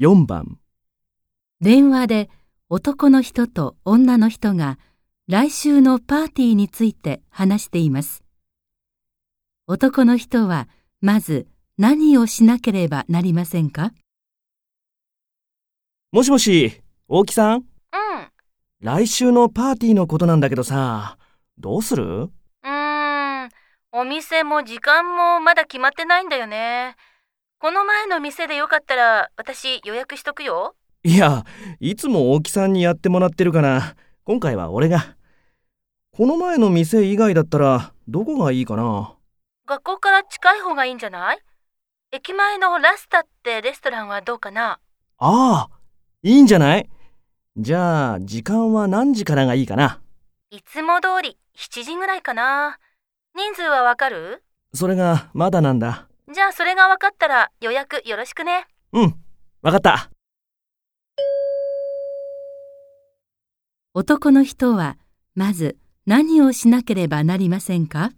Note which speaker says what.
Speaker 1: 4番、
Speaker 2: 電話で男の人と女の人が来週のパーティーについて話しています。男の人はまず何をしなければなりませんか
Speaker 1: もしもし、大木さん
Speaker 3: うん。う
Speaker 1: 来週のパーティーのことなんだけどさ、どうする
Speaker 3: ーん。お店も時間もまだ決まってないんだよね。この前の店でよかったら私予約しとくよ。
Speaker 1: いや、いつも大木さんにやってもらってるから、今回は俺が。この前の店以外だったら、どこがいいかな
Speaker 3: 学校から近い方がいいんじゃない駅前のラスタってレストランはどうかな
Speaker 1: ああ、いいんじゃないじゃあ、時間は何時からがいいかない
Speaker 3: つも通り7時ぐらいかな。人数はわかる
Speaker 1: それが、まだなんだ。
Speaker 3: じゃあそれがわかったら予約よろしくね。
Speaker 1: うん、わかった。
Speaker 2: 男の人はまず何をしなければなりませんか